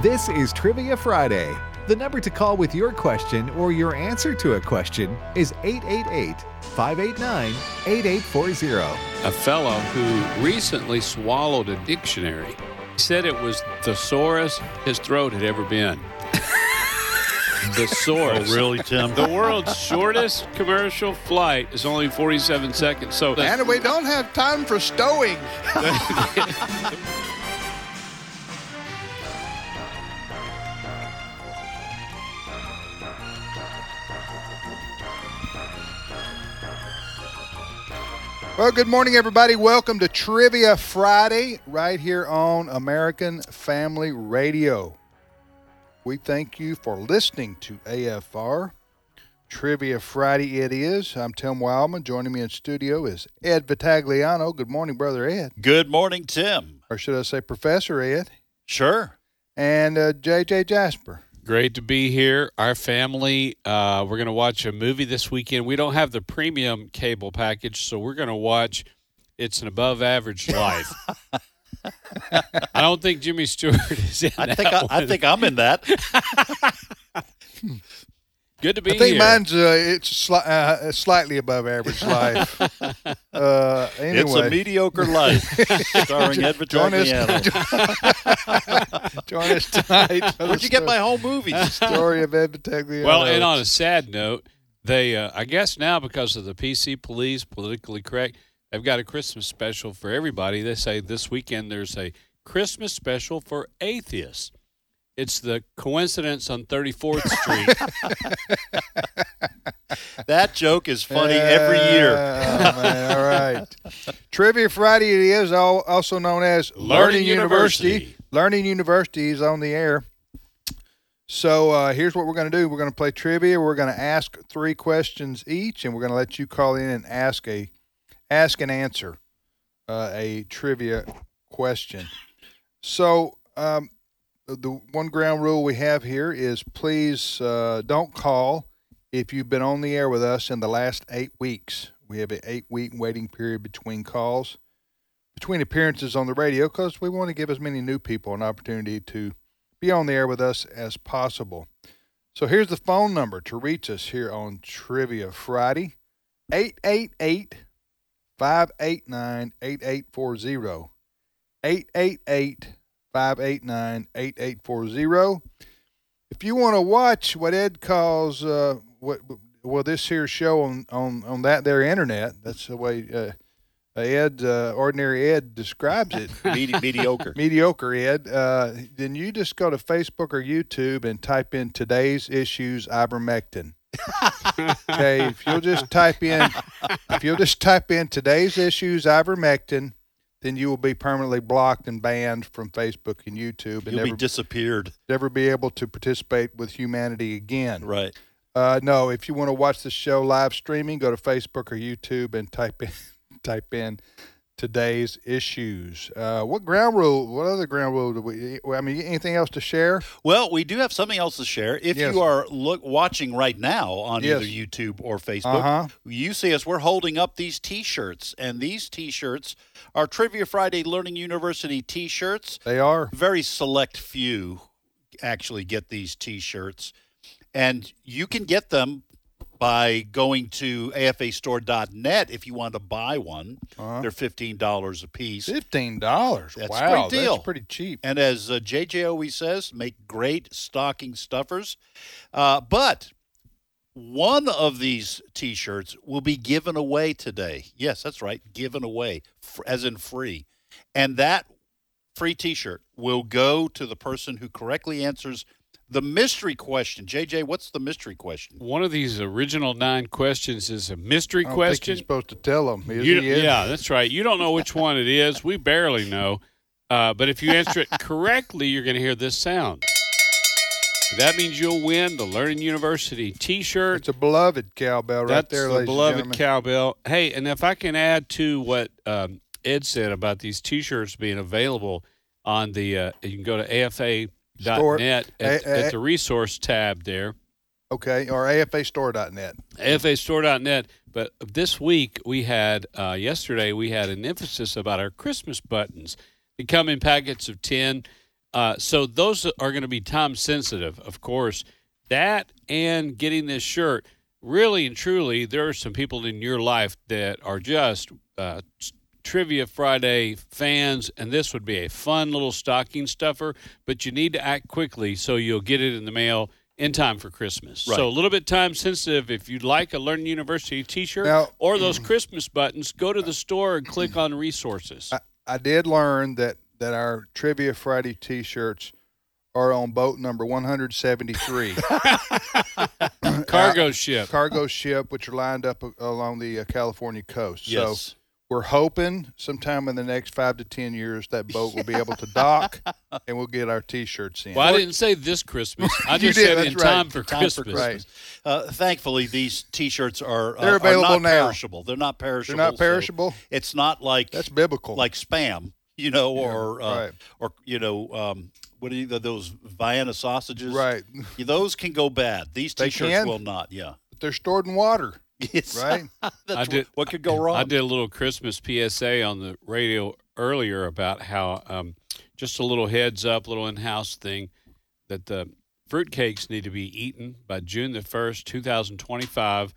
This is Trivia Friday. The number to call with your question or your answer to a question is 888 589 8840. A fellow who recently swallowed a dictionary said it was the sorest his throat had ever been. the sorest. Oh, Really, Tim? The world's shortest commercial flight is only 47 seconds. So the- And we don't have time for stowing. Well, good morning, everybody. Welcome to Trivia Friday right here on American Family Radio. We thank you for listening to AFR. Trivia Friday it is. I'm Tim Wildman. Joining me in studio is Ed Vitagliano. Good morning, Brother Ed. Good morning, Tim. Or should I say Professor Ed? Sure. And uh, JJ Jasper. Great to be here. Our family, uh, we're going to watch a movie this weekend. We don't have the premium cable package, so we're going to watch It's an Above Average Life. I don't think Jimmy Stewart is in I that think I, I one. think I'm in that. Good to be I think here. mine's uh, it's sli- uh, slightly above average life. uh, anyway. It's a mediocre life, starring Ed Join us- Vitale. Join us tonight. for the Where'd you get sto- my home movies? story of Ed Vitagliano? well, and on a sad note, they, uh, I guess now because of the PC police, politically correct, they've got a Christmas special for everybody. They say this weekend there's a Christmas special for atheists. It's the coincidence on 34th Street. That joke is funny every year. Yeah, Oh, man, all right. Trivia Friday it is al- also known as Learning University. Learning University is on the air. So uh, here's what we're going to do. We're going to play trivia. We're going to ask three questions each, and we're going to let you call in and ask a ask and answer uh, a trivia question. So um, the one ground rule we have here is please uh, don't call if you've been on the air with us in the last eight weeks. We have an eight week waiting period between calls, between appearances on the radio, because we want to give as many new people an opportunity to be on the air with us as possible. So here's the phone number to reach us here on Trivia Friday 888 589 8840. 888 589 8840 if you want to watch what Ed calls uh, what well this here show on on on that there internet, that's the way uh, Ed uh, ordinary Ed describes it. Medi- mediocre. Mediocre Ed. Uh, then you just go to Facebook or YouTube and type in today's issues ivermectin. okay, if you'll just type in if you'll just type in today's issues ivermectin, then you will be permanently blocked and banned from Facebook and YouTube and You'll be never disappeared. never be able to participate with humanity again. Right. Uh, no, if you want to watch the show live streaming, go to Facebook or YouTube and type in type in today's issues. Uh, what ground rule? What other ground rule do we? I mean, anything else to share? Well, we do have something else to share. If Yes. you are look watching right now on Yes. either YouTube or Facebook, Uh-huh. you see us. We're holding up these T-shirts, and these T-shirts are Trivia Friday Learning University T-shirts. They are. Very select few actually get these T-shirts, and you can get them by going to afastore.net if you want to buy one. They're fifteen dollars a piece. Fifteen dollars. That's a wow, great deal. that's pretty cheap. And as uh, JJ always says, make great stocking stuffers. Uh, but one of these t shirts will be given away today. Yes, that's right. Given away, f- as in free. And that free t shirt will go to the person who correctly answers the mystery question. JJ, what's the mystery question? one of these original nine questions is a I mystery don't question. Think you're supposed to tell them. Is You- he Ed? yeah, that's right. You don't know which one it is. We barely know. Uh, but if you answer it correctly, you're going to hear this sound. That means you'll win the Learning University t shirt. It's a beloved cowbell right That's there, the ladies beloved and gentlemen. cowbell. Hey, and if I can add to what um, Ed said about these t shirts being available on the, uh, you can go to Store- afa.net at, A- A- at the resource tab there. okay, or afastore.net. AFAstore.net. But this week we had, uh, yesterday we had an emphasis about our Christmas buttons. They come in packets of 10. Uh, so those are going to be time sensitive, of course. That and getting this shirt. Really and truly, there are some people in your life that are just uh, Trivia Friday fans, and this would be a fun little stocking stuffer, but you need to act quickly so you'll get it in the mail in time for Christmas. Right. So a little bit time sensitive. If you'd like a Learn University t shirt Now- or those Christmas buttons, go to the store and click on resources. I, I did learn that that our Trivia Friday T-shirts are on boat number 173, uh, Cargo ship. cargo ship, which are lined up a- along the uh, California coast. So Yes. we're hoping sometime in the next five to ten years that boat will be able to dock, and we'll get our T-shirts in. Well, I didn't say this Christmas. I You just did, said that's in right. time for Time for Christmas. Christmas. Uh, thankfully, these T-shirts are uh, They're are available not now. Perishable. They're not They're perishable. not so perishable. it's not like That's biblical. like spam, you know, or uh, right. or you know, um, what are you, those Vienna sausages? right, Those can go bad. These They T-shirts can? will not. Yeah. but they're stored in water, Yes. right? That's I what- did- what could go wrong? I did a little Christmas PSA on the radio earlier about how um, just a little heads up, little in house thing that the fruitcakes need to be eaten by June the 1st, 2025.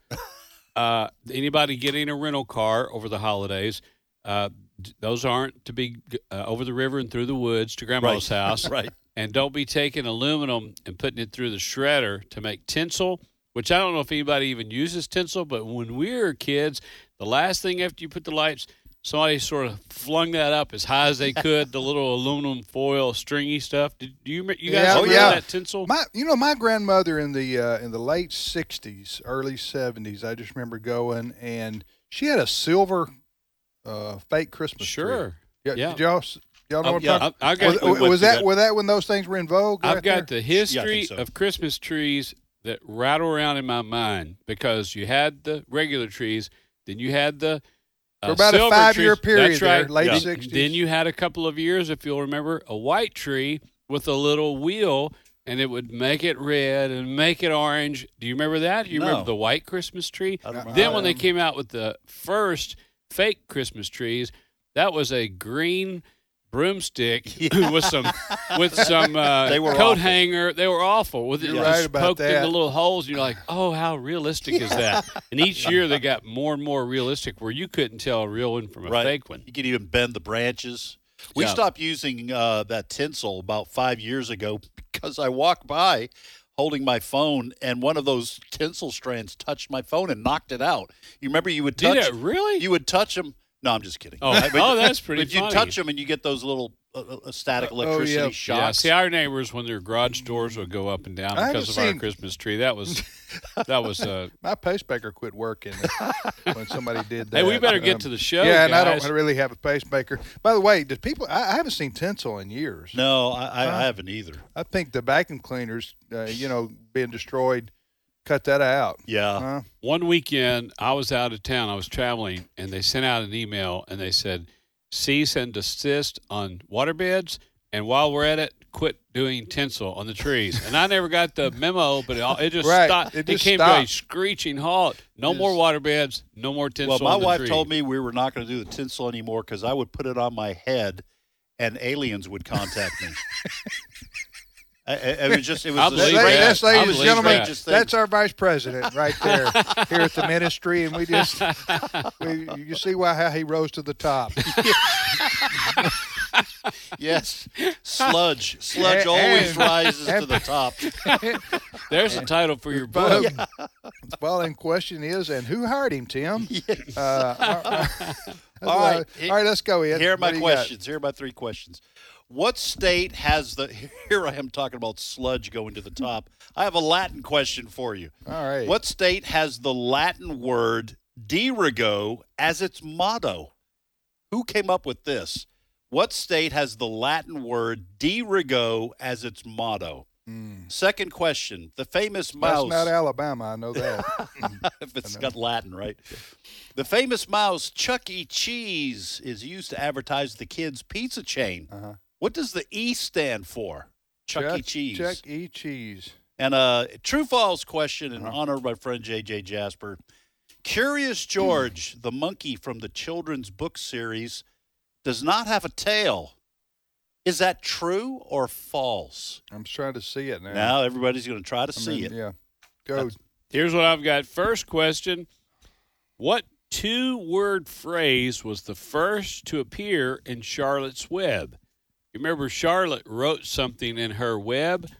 uh, anybody getting a rental car over the holidays, uh, d- those aren't to be uh, over the river and through the woods to grandma's Right. house. Right. And don't be taking aluminum and putting it through the shredder to make tinsel, which I don't know if anybody even uses tinsel, but when we were kids, the last thing after you put the lights, somebody sort of flung that up as high as they could, the little aluminum foil stringy stuff. Did, do you rem- you guys Yeah, Oh, remember yeah. that tinsel? My, you know, my grandmother in the uh, in the late '60s, early '70s. I just remember going, and she had a silver uh, fake Christmas tree. sure. yeah. Did y'all s- y'all know Um, what I'm yeah, talking? I- I got- was, we was went through that, that. were that when those things were in vogue? I've right got there? the history so. of Christmas trees that rattle around in my mind because you had the regular trees, then you had the uh, For about a silver five-year trees. period That's there, right. late Then- 60s. Then you had a couple of years, if you'll remember, a white tree with a little wheel, and it would make it red and make it orange. Do you remember that? Do you No. remember the white Christmas tree? I don't remember Then when they Um, came out with the first fake Christmas trees, that was a green broomstick with some with some uh, They were coat awful. hanger. They were awful. With it You're just right about poked that. into little holes, and you're like, oh, how realistic is that? And each year they got more and more realistic, where you couldn't tell a real one from a Right. fake one. You can even bend the branches. We Yeah. stopped using uh, that tinsel about five years ago because I walked by holding my phone and one of those tinsel strands touched my phone and knocked it out. You remember you would touch Did it really? you would touch them. No, I'm just kidding. Oh, But- oh, that's pretty But you funny. touch them and you get those little uh, uh, static electricity Oh, yeah. Yeah, shocks. see our neighbors when their garage doors would go up and down I because of haven't our seen- Christmas tree. That was that was. Uh, My pacemaker quit working when somebody did that. hey, we better Um, get to the show. yeah, and I guys. don't really have a pacemaker. By the way, did people? I, I haven't seen tinsel in years. no, I, I, I haven't either. I think the vacuum cleaners, uh, you know, being destroyed, cut that out. Yeah. Huh? one weekend I was out of town. I was traveling, and they sent out an email and they said, "Cease and desist on waterbeds, and while we're at it, quit doing tinsel on the trees." And I never got the memo, but it, all- it just Right. stopped. It It, just came to a stopped. screeching halt. No more waterbeds. No more tinsel. Well, my on the wife tree. told me we were not going to do the tinsel anymore because I would put it on my head, and aliens would contact me. I, I- it was just it was I the believe That- that. that's, I ladies and believe gentlemen, that. strangest thing. that's our vice president right there here at the ministry, and we just we, you see why how he rose to the top. yes, sludge, sludge And- always and- rises to and- the top. There's a title for your Well, book. the following question is, and who hired him, Tim? Uh, All right. all right, let's go. Ed. Here are What my do you got? questions. Here are my three questions. What state has the? Here I am talking about sludge going to the top. I have a Latin question for you. All right. What state has the Latin word de rigo as its motto? Who came up with this? What state has the Latin word de rigo as its motto? Mm. Second question. The famous That's mouse. not Alabama. I know that. if it's got Latin, right? The famous mouse Chuck E. Cheese is used to advertise the kids' pizza chain. Uh-huh. What does the E stand for? Chuck, E. Cheese. Chuck E. Cheese. And a true false question in Uh-huh. honor of my friend JJ Jasper. Curious George, the monkey from the children's book series, does not have a tail. Is that true or false? I'm just trying to see it now. Now everybody's going to try to I see mean, it. Yeah. Go. Here's what I've got. First question What two word phrase was the first to appear in Charlotte's Web? You remember Charlotte wrote something in her web?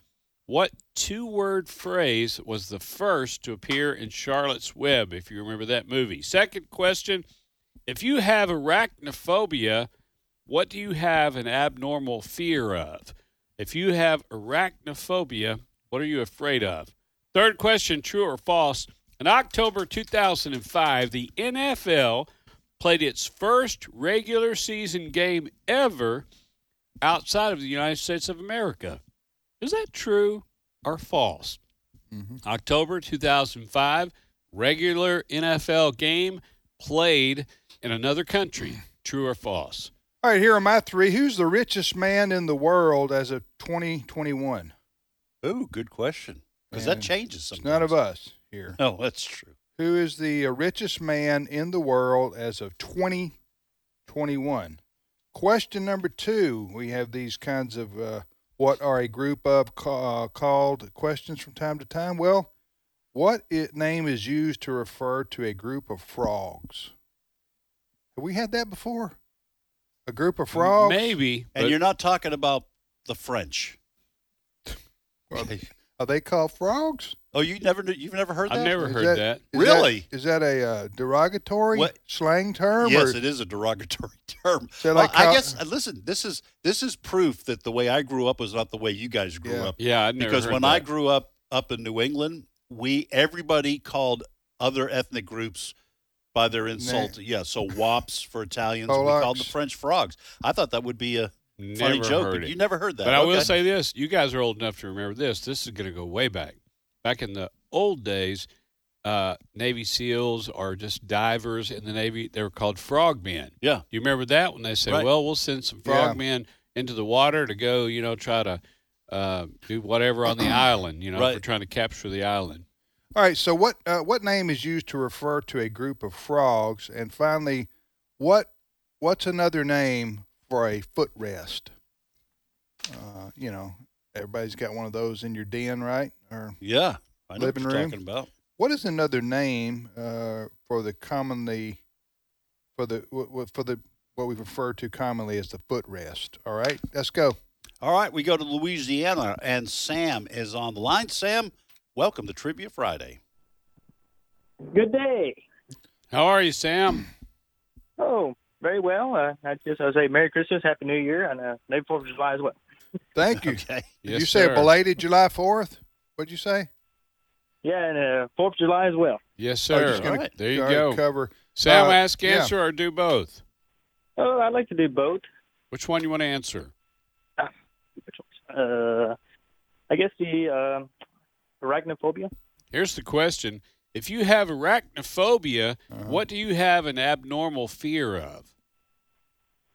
What two word phrase was the first to appear in Charlotte's Web, if you remember that movie? Second question If you have arachnophobia, what do you have an abnormal fear of? If you have arachnophobia, what are you afraid of? Third question true or false? In October 2005, the NFL played its first regular season game ever outside of the United States of America. Is that true or false? Mhm. Mm-hmm. October 2005, regular NFL game played in another country. True or false? All right, here are my three. Who's the richest man in the world as of 2021? Ooh, good question. Because Yeah. that changes It's sometimes. none of us here. No, that's true. Who is the richest man in the world as of 2021? Question number two. We have these kinds of uh, what are a group of ca- uh, called questions from time to time. Well, what it, name is used to refer to a group of frogs? Have we had that before? A group of frogs? Maybe. And but- you're not talking about the French. Well, Are they called frogs? Oh, you never knew, you've never heard that? I've never Is heard that- that. Is Really? That, is that a uh, derogatory What- slang term? Yes, or it is a derogatory term. So, like, Well, how- I guess. uh, Listen, this is this is proof that the way I grew up was not the way you guys grew Yeah. up. Yeah, I've never Because heard when that. I grew up up in New England, we everybody called other ethnic groups by their insult. Yeah, so wops for Italians. and We called the Polacks. French frogs. I thought that would be a funny Never joke, heard but it. you never heard that. But I will Okay. say this: you guys are old enough to remember this. This is going to go way back. Back in the old days, uh, Navy SEALs or just divers in the Navy, they were called frogmen. Yeah. You remember that when they say, Right. "Well, we'll send some Yeah. frogmen into the water to go, you know, try to uh, do whatever on the island. You know, if Right. we're trying to capture the island." All right. So what uh, what name is used to refer to a group of frogs? And finally, what what's another name for a footrest? Uh, you know, everybody's got one of those in your den, right? Or Yeah, I know Living what you're room. talking about. what is another name uh, for the commonly for the wh- wh- for the what we refer to commonly as the footrest? All right, let's go. All right, we go to Louisiana, and Sam is on the line. Sam, welcome to Trivia Friday. Good day. How are you, Sam? Oh, very well. Uh, I just I say Merry Christmas, Happy New Year, and uh, May Fourth of July as well. Thank you. Did Okay. Yes, you say a sir. belated July Fourth? What'd you say? Yeah, and uh, Fourth of July as well. Yes, Oh, sir. just gonna Alright. There you try to go. Cover. Sam, uh, ask, yeah. answer, or do both. Oh, I'd like to do both. Which one you want to answer? Uh, I guess the uh, arachnophobia. Here's the question. If you have arachnophobia, Uh-huh. what do you have an abnormal fear of?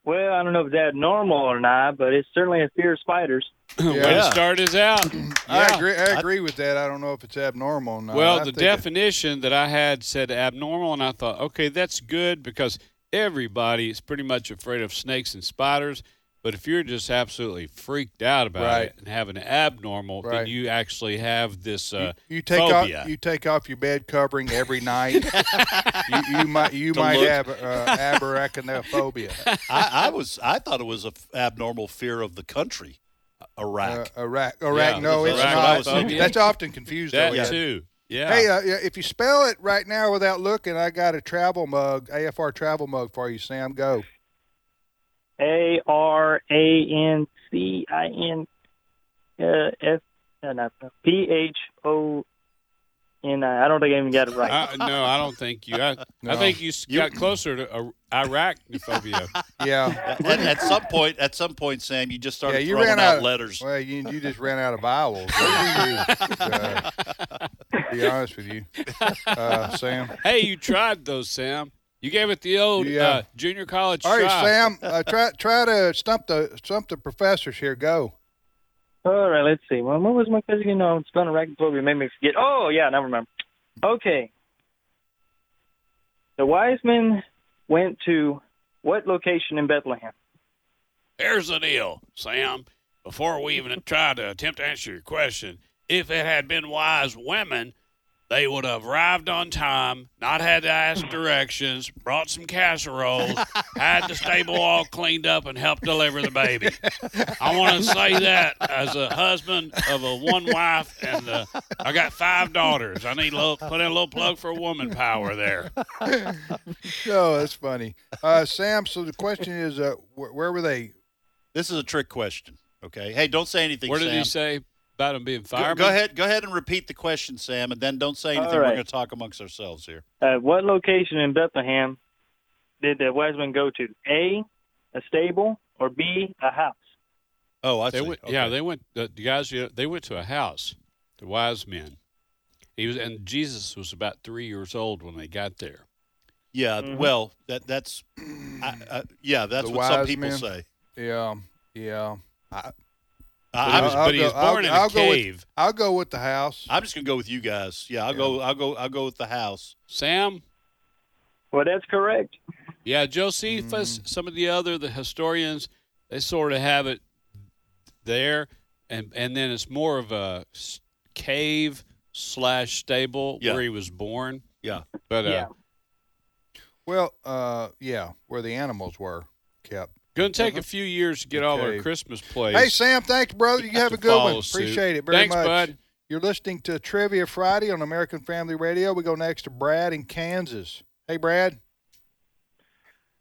Well, I don't know if that's normal or not, but it's certainly a fear of spiders. Way to Yeah. start is out. I Yeah. agree. I agree with that. I don't know if it's abnormal. Or not. Well, I the think it- definition that I had said abnormal, and I thought, okay, that's good because everybody is pretty much afraid of snakes and spiders. But if you're just absolutely freaked out about Right. it and have an abnormal, Right. then you actually have this. Uh, you take phobia. off you take off your bed covering every night. you, you might you might look. have uh, abarachnophobia, I, I was I thought it was an abnormal fear of the country, uh, Iraq. arach. Arach. No, it's that's what I was not. thinking. That's often confused. that though, yeah. too. Yeah. Hey, uh, yeah, if you spell it right now without looking, I got a travel mug, AFR travel mug for you, Sam. Go. A R A N C I N uh, F uh, no, no, P H O N I. I don't think I even got it right. I, no, I don't think you. I, I No. think you, s- got closer to uh, arachnophobia. Yeah. at, at some point, at some point, Sam, you just yeah, started you throwing ran out, out of- letters. Well, you, you just ran out of vowels. uh, to be honest with you, uh, Sam. hey, you tried those, Sam. You gave it the old Yeah. uh, junior college All right, try. Sam. Uh, try try to stump the stump the professors here. Go. All right, let's see. Well, what was my question? You know, spelling arachnophobia made me forget. Oh, yeah, now I remember. Okay. The wise men went to what location in Bethlehem? Here's the deal, Sam. Before we even try to attempt to answer your question, if it had been wise women, they would have arrived on time, not had to ask directions, brought some casseroles, had the stable all cleaned up, and helped deliver the baby. I want to say that as a husband of a one wife, and uh, I got five daughters. I need a little, put in a little plug for woman power there. Oh, that's funny. Uh, Sam, so the question is, uh, wh- where were they? This is a trick question. Okay. Hey, don't say anything. Where did Sam. he say about him being Go, fireman? go ahead. Go ahead and repeat the question, Sam, and then don't say All anything. We're right. going to talk amongst ourselves here. At Uh, what location in Bethlehem did the wise men go to? A, a stable, or B, a house? Oh, I They see. went, Okay. Yeah, they went. The the guys, you know, they went to a house. The wise men. He was, and Jesus was about three years old when they got there. Yeah. Mhm. Well, that that's. I, I, yeah, that's Mm-hmm. The what some wise people men. say. Yeah, yeah. I, But, I'm, he was, I'll but he go- was I'll- born in I'll a go with- cave. I'll go with the house. I'm just going to go with you guys. Yeah, I'll go. I'll go. I'll go with the house. Sam. Well, that's correct. Yeah, Josephus. Mm. Some of the other the historians they sort of have it there, and and then it's more of a s- cave slash stable Yeah. where he was born. Yeah. But uh, Yeah. Well, uh, yeah, where the animals were kept. Gonna take Uh-huh. a few years to get all our Okay. Christmas plays. Hey, Sam, thanks, brother. You have to a good one. follow suit. Appreciate it very Thanks, much. bud. You're listening to Trivia Friday on American Family Radio. We go next to Brad in Kansas. Hey, Brad.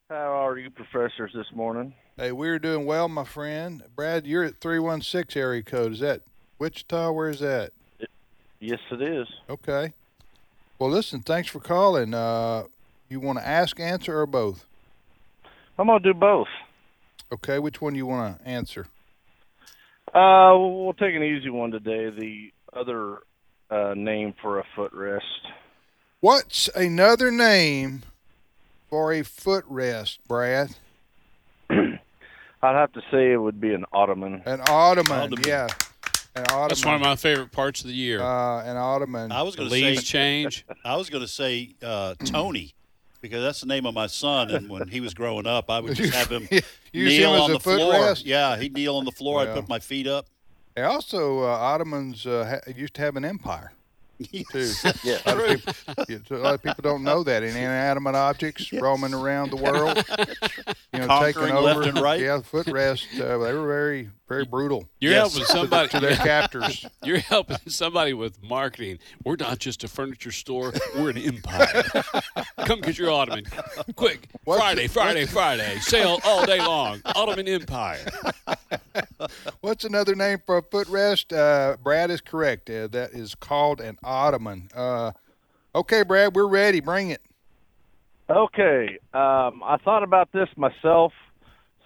How are you, professors, this morning? Hey, we're doing well, my friend. Brad, you're at 316 area code. Is that Wichita? Where is that? Yes, it is. Okay. Well, listen, thanks for calling. Uh, you want to ask, answer, or both? I'm going to do both. Okay, which one you want to answer? Uh, we'll take an easy one today. The other uh, name for a footrest. What's another name for a footrest, Brad? I'd have to say it would be an ottoman. An ottoman. Ottoman. Yeah, an ottoman. That's one of my favorite parts of the year. Uh, an ottoman. I was the going to leaves say. change. I was going to say uh, Tony, because that's the name of my son. And when he was growing up, I would just have him You see him kneel as on a the floor. footrest? Yeah, he'd kneel on the floor. Well. I'd put my feet up. They also, uh, Ottomans uh, ha- used to have an empire. Too. Yeah. A lot, of people, yeah, so a lot of people don't know that. In inanimate objects roaming around the world, you know, Conquering taking over. left and right. Yeah, footrest. Uh, they were very, very brutal You're Yes. to, the, helping to somebody. their captors. You're helping somebody with marketing. We're not just a furniture store. We're an empire. Come get your ottoman, quick! What's- Friday, Friday, Friday. Sale all day long. Ottoman Empire. What's another name for a footrest? Uh, Brad is correct. Uh, that is called an ottoman. Uh, okay, Brad, we're ready. Bring it. Okay. Um, I thought about this myself,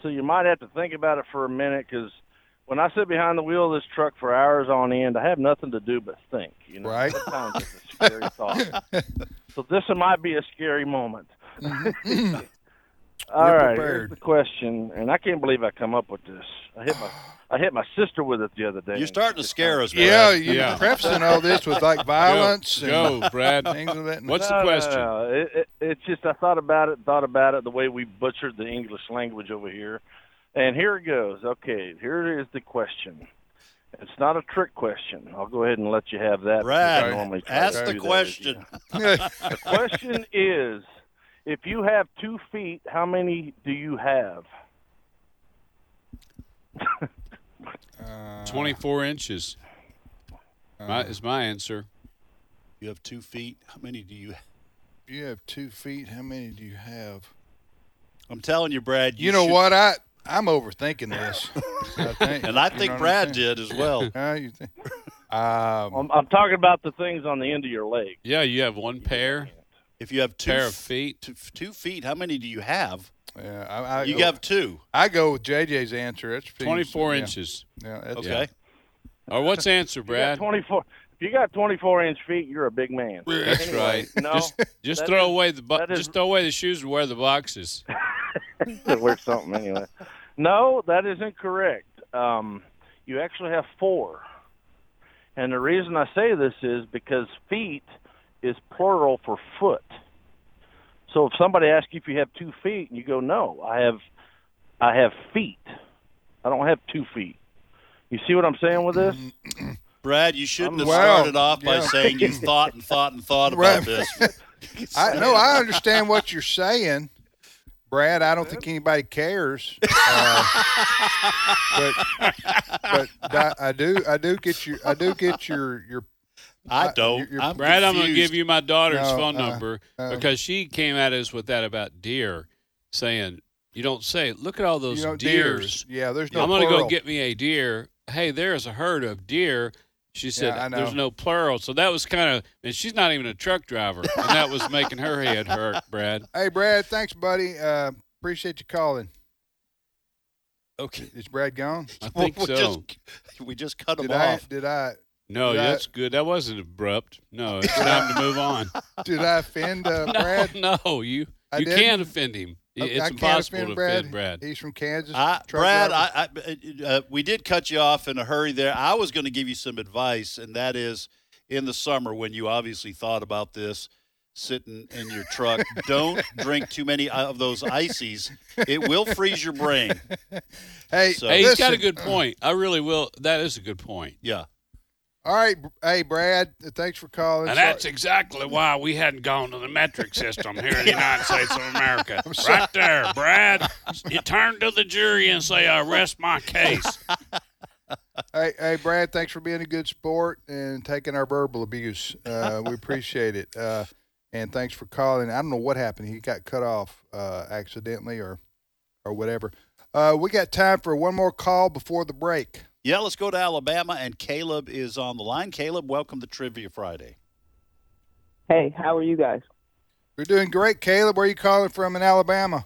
so you might have to think about it for a minute because when I sit behind the wheel of this truck for hours on end, I have nothing to do but think. You know, Right. sometimes it's a scary thought. so this one might be a scary moment. All We're right, Mm-hmm. prepared. here's the question, and I can't believe I come up with this. I hit my I hit my sister with it the other day. You're starting to scare us. Brad. Yeah, you're Yeah. Uh, prefacing all this with like Go, violence and go, Brad. things of that. What's No, the no, question? no. It, it, it's just I thought about it, thought about it, the way we butchered the English language over here. And here it goes. Okay, here is the question. It's not a trick question. I'll go ahead and let you have that. Brad, because I normally try to ask do the that with question. you. The question is, if you have two feet, how many do you have? Uh, Twenty-four inches. Uh, My, is my answer. You have two feet. How many do you? You have two feet. How many do you have? I'm telling you, Brad. You, know should- what? I I'm overthinking this. I think, And I you know think what I'm Brad saying? did as well. How you think? Um, I'm, I'm talking about the things on the end of your leg. Yeah, you have one pair, If you have two pair of f- feet. two, two feet, how many do you have? yeah, I, I, You have two. I go with JJ's answer. That's pretty- Twenty-four yeah, inches. Yeah, that's, Okay. Or what's the answer, You got Brad? 24. If you got 24 inch feet, you're a big man. That's Anyway, right. No, Just, just that throw is- away the bo- that is- just throw away the shoes and wear the boxes. it works something anyway. No, that isn't correct. Um, you actually have four. And the reason I say this is because feet is plural for foot. So if somebody asks you if you have two feet and you go, No, I have I have feet. I don't have two feet. You see what I'm saying with Mm-hmm. this? Brad, you shouldn't have Wow. started off by Yeah. saying you thought and thought and thought about Right. this. I no, I understand what you're saying, Brad. I don't think anybody cares. Uh, but but di- I do I do get your I do get your your I I- don't. you're- I'm Brad, I'm going to confused. give you my daughter's No, phone uh, number uh. because she came at us with that about deer, saying, You don't say, look at all those you know, deers. Yeah, there's no. I'm going to go plural. get me a deer. Hey, there's a herd of deer. She said, Yeah, I know. There's no plural. So that was kind of, and she's not even a truck driver. And that was making her head hurt, Brad. Hey, Brad. Thanks, buddy. Uh, appreciate you calling. Okay. Is Brad gone? I think we so. Just, we just cut him Did I off. did I no, did I- that's good. That wasn't abrupt. No, it's time to move on. did I offend uh, Brad? No, no, you I you didn't? can't offend him. I- It's I can't impossible offend to Brad. offend Brad. He's from Kansas. I, truck Brad, driver. I, I, uh, we did cut you off in a hurry there. I was going to give you some advice, and that is in the summer when you obviously thought about this sitting in your truck, don't drink too many of those ices. It will freeze your brain. hey, so- Hey, he's got a listen. good point. I really will. That is a good point. Yeah. All right, Br- hey Brad, uh, thanks for calling. And Sorry- that's exactly why we hadn't gone to the metric system here in the United States of America. Right there, Brad. You turn to the jury and say, I rest my case. Hey, hey, Brad, thanks for being a good sport and taking our verbal abuse. Uh, we appreciate it. Uh, and thanks for calling. I don't know what happened. He got cut off uh, accidentally or, or whatever. Uh, we got time for one more call before the break. Yeah, let's go to Alabama, and Caleb is on the line. Caleb, welcome to Trivia Friday. Hey, how are you guys? You're doing great, Caleb. Where are you calling from in Alabama?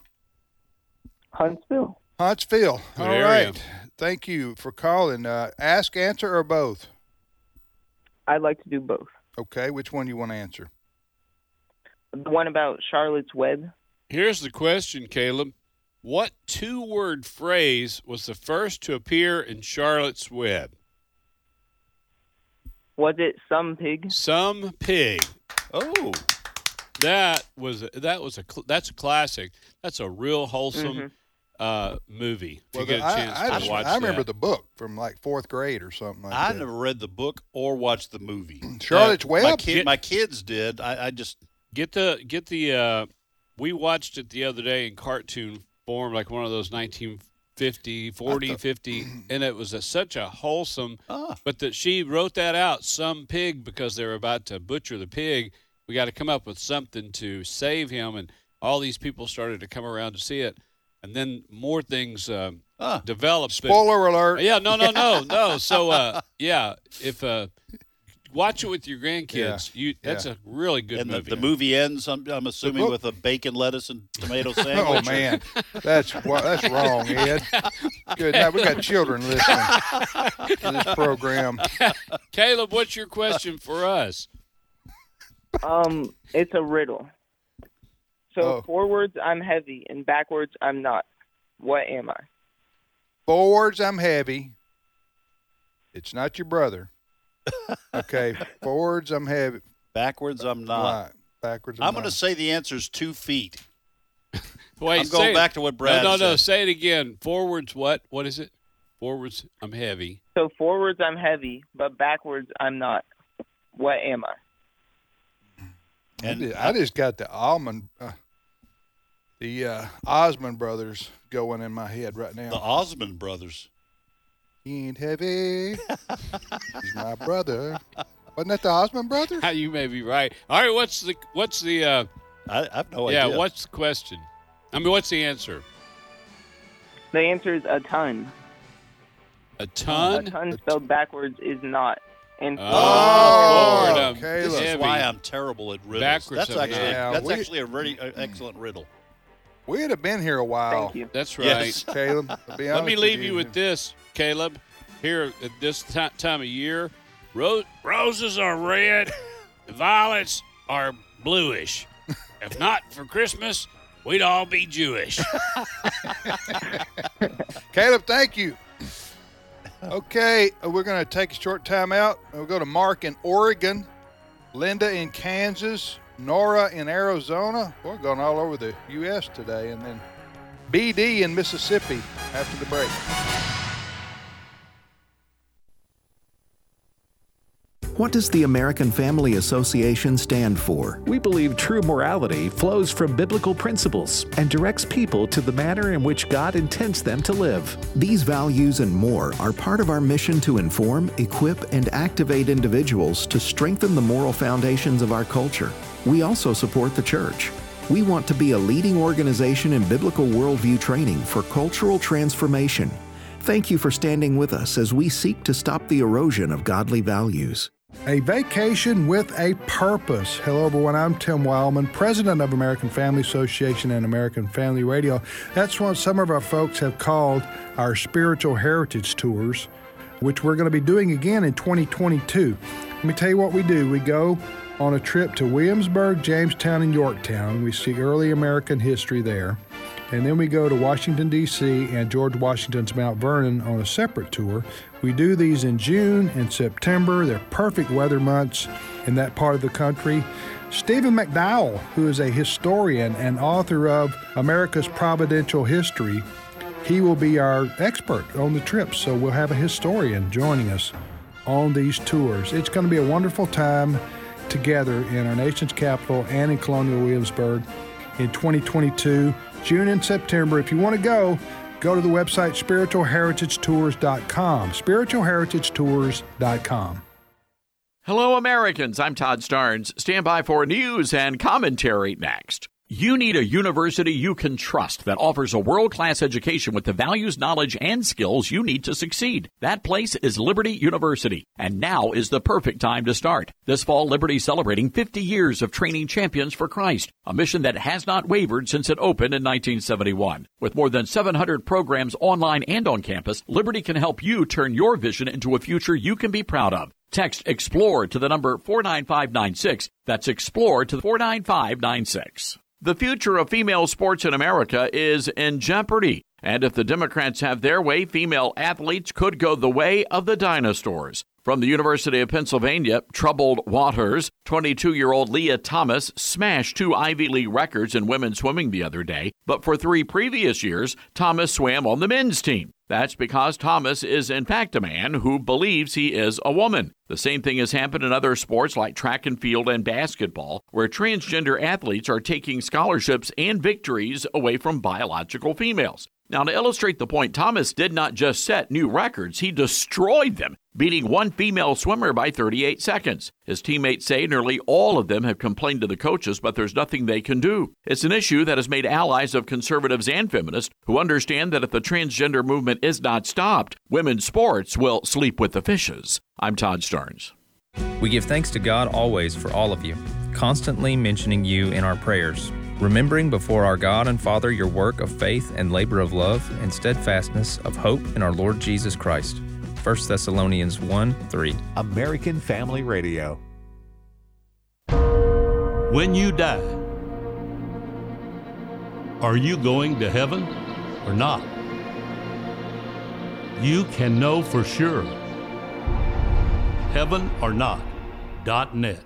Huntsville. Huntsville. Good All right. area. Thank you for calling. Uh, ask, answer, or both? I'd like to do both. Okay. Which one you want to answer? The one about Charlotte's Web. Here's the question, Caleb. What two word phrase was the first to appear in Charlotte's Web? Was it some pig? Some pig. Oh, That was that was a cl- that's a classic. That's a real wholesome uh, movie. If the- you get a Mm-hmm. I- chance I, to just- watch I remember that. the book from like fourth grade or something like I that. never read the book or watched the movie. Charlotte's Uh, Web? My, kid, Get- my kids did. I, I just Get the get the uh we watched it the other day in cartoon form like one of those 1950 40 50 and it was a, such a wholesome ah, but that she wrote that out some pig because they were about to butcher the pig we got to come up with something to save him and all these people started to come around to see it and then more things um, ah. developed but- Spoiler alert. yeah, no, no, no, no. So, uh, yeah, if uh, watch it with your grandkids, you that's a really good and the, movie. the movie ends. I'm, I'm assuming book- with a bacon, lettuce, and tomato sandwich. Oh or- man, that's wa- that's wrong, Ed. Good night. We got children listening to this program. Caleb, what's your question for us? Um, it's a riddle. So Oh. forwards I'm heavy and backwards I'm not. What am I? Forwards, I'm heavy. It's not your brother. Okay, forwards, I'm heavy. Backwards, I'm not. Right. Backwards, I'm, I'm going to say the answer is two feet. Wait, I'm going say it. back to what Brad No, no, no. said. Say it again. Forwards, what? What is it? Forwards, I'm heavy. So forwards I'm heavy, but backwards I'm not. What am I? And I And just, I just got the almond, uh, the uh, Osmond brothers going in my head right now. the Osmond brothers. he ain't heavy. He's my brother. Wasn't that the Osmond brothers? you may be right. All right, what's the what's the uh, I, I have no yeah? idea. What's the question? I mean, what's the answer? The answer is a ton. A A ton. ton spelled backwards is not. And Oh, forward, I'm Caleb. This is heavy. why I'm terrible at riddles. Backwards, Mm. that's I'm actually not. Yeah, that's we- actually a really uh, excellent riddle. We'd have been here a while. thank you. That's right. Yes. Caleb. I'll be Let me honest leave you with this, Caleb. Here at this ti time of year, ro- roses are red, violets are bluish. If not for Christmas, we'd all be Jewish. Caleb, thank you. Okay, uh, we're going to take a short time out. We'll go to Mark in Oregon, Linda in Kansas, Nora in Arizona. We're going all over the U.S. today, and then BD in Mississippi after the break. What does the American Family Association stand for? We believe true morality flows from biblical principles and directs people to the manner in which God intends them to live. These values and more are part of our mission to inform, equip, and activate individuals to strengthen the moral foundations of our culture. We also support the church. We want to be a leading organization in biblical worldview training for cultural transformation. Thank you for standing with us as we seek to stop the erosion of godly values. A vacation with a purpose. Hello, everyone. I'm Tim Wildman, president of American Family Association and American Family Radio. That's what some of our folks have called our spiritual heritage tours, which we're going to be doing again in 2022. Let me tell you what we do. We go on a trip to Williamsburg, Jamestown, and Yorktown. We see early American history there. And then we go to Washington, D.C. and George Washington's Mount Vernon on a separate tour. We do these in June and September. They're perfect weather months in that part of the country. Stephen McDowell, who is a historian and author of America's Providential History, he will be our expert on the trip. So we'll have a historian joining us on these tours. It's going to be a wonderful time together in our nation's capital and in Colonial Williamsburg in 2022, June and September. If you want to go, go to the website spiritualheritagetours.com. Spiritualheritagetours.com. Hello, Americans. I'm Todd Starnes. Stand by for news and commentary next. You need a university you can trust that offers a world class education with the values, knowledge, and skills you need to succeed. That place is Liberty University, and now is the perfect time to start. This fall, Liberty is celebrating 50 years of training champions for Christ, a mission that has not wavered since it opened in 1971. With more than 700 programs online and on campus, Liberty can help you turn your vision into a future you can be proud of. Text EXPLORE to the number 49596. That's EXPLORE to 49596. The future of female sports in America is in jeopardy. And if the Democrats have their way, female athletes could go the way of the dinosaurs. From the University of Pennsylvania, troubled waters, 22 year old Leah Thomas smashed two Ivy League records in women's swimming the other day, but for three previous years, Thomas swam on the men's team. That's because Thomas is, in fact, a man who believes he is a woman. The same thing has happened in other sports like track and field and basketball, where transgender athletes are taking scholarships and victories away from biological females. Now, to illustrate the point, Thomas did not just set new records, he destroyed them, beating one female swimmer by 38 seconds. His teammates say nearly all of them have complained to the coaches, but there's nothing they can do. It's an issue that has made allies of conservatives and feminists who understand that if the transgender movement is not stopped, women's sports will sleep with the fishes. I'm Todd Starnes. We give thanks to God always for all of you, constantly mentioning you in our prayers, remembering before our God and Father your work of faith and labor of love and steadfastness of hope in our Lord Jesus Christ. 1 Thessalonians 1 3. American Family Radio. When you die, are you going to heaven or not? You can know for sure. Heaven or not. Dot net.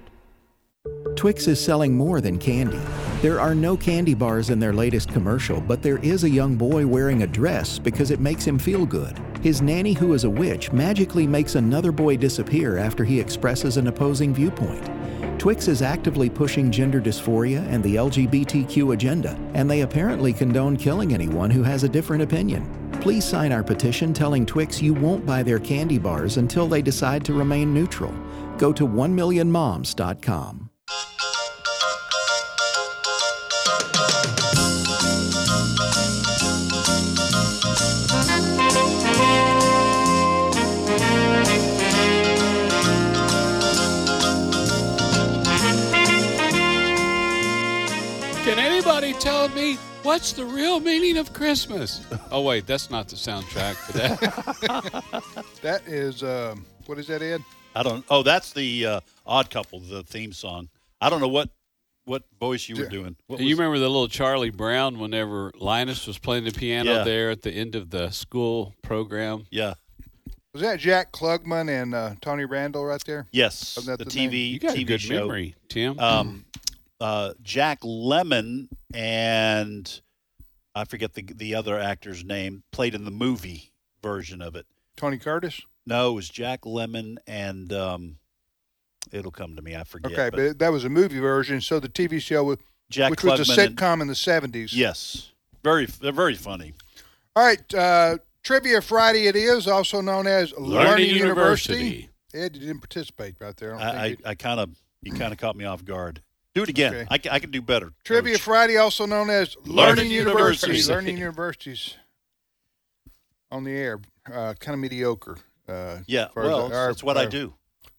Twix is selling more than candy. There are no candy bars in their latest commercial, but there is a young boy wearing a dress because it makes him feel good. His nanny, who is a witch, magically makes another boy disappear after he expresses an opposing viewpoint. Twix is actively pushing gender dysphoria and the LGBTQ agenda, and they apparently condone killing anyone who has a different opinion. Please sign our petition telling Twix you won't buy their candy bars until they decide to remain neutral. Go to 1millionmoms.com. Can anybody tell me what's the real meaning of Christmas? Oh, wait, that's not the soundtrack for that. That is, um, what is that, Ed? I don't. Oh, that's the uh, Odd Couple, the theme song. I don't know what what voice you were doing. What you was- remember the little Charlie Brown whenever Linus was playing the piano Yeah. there at the end of the school program? yeah. Was that Jack Klugman and uh, Tony Randall right there? Yes. Wasn't that the The, TV. You got TV a good show. memory, Tim. Um, uh, Jack Lemon and I forget the the other actor's name played in the movie version of it. Tony Curtis? No, it was Jack Lemon and um, It'll come to me. I forget. Okay, but, that was a movie version. So the TV show was, Jack which was a Klugman and- sitcom in the seventies. yes, very they're very funny. All right, uh, Trivia Friday it is, also known as Learning, University. Ed, you didn't participate right there. I don't I, I, think you- I kind of you kind of caught me off guard. Do it again. Okay. I, ca- I can do better. Trivia Friday, also known as Learning Learning, Universities. University. Learning Universities on the air, uh, kind of mediocre. Uh, Yeah, as far as well, our- that's what I our- do.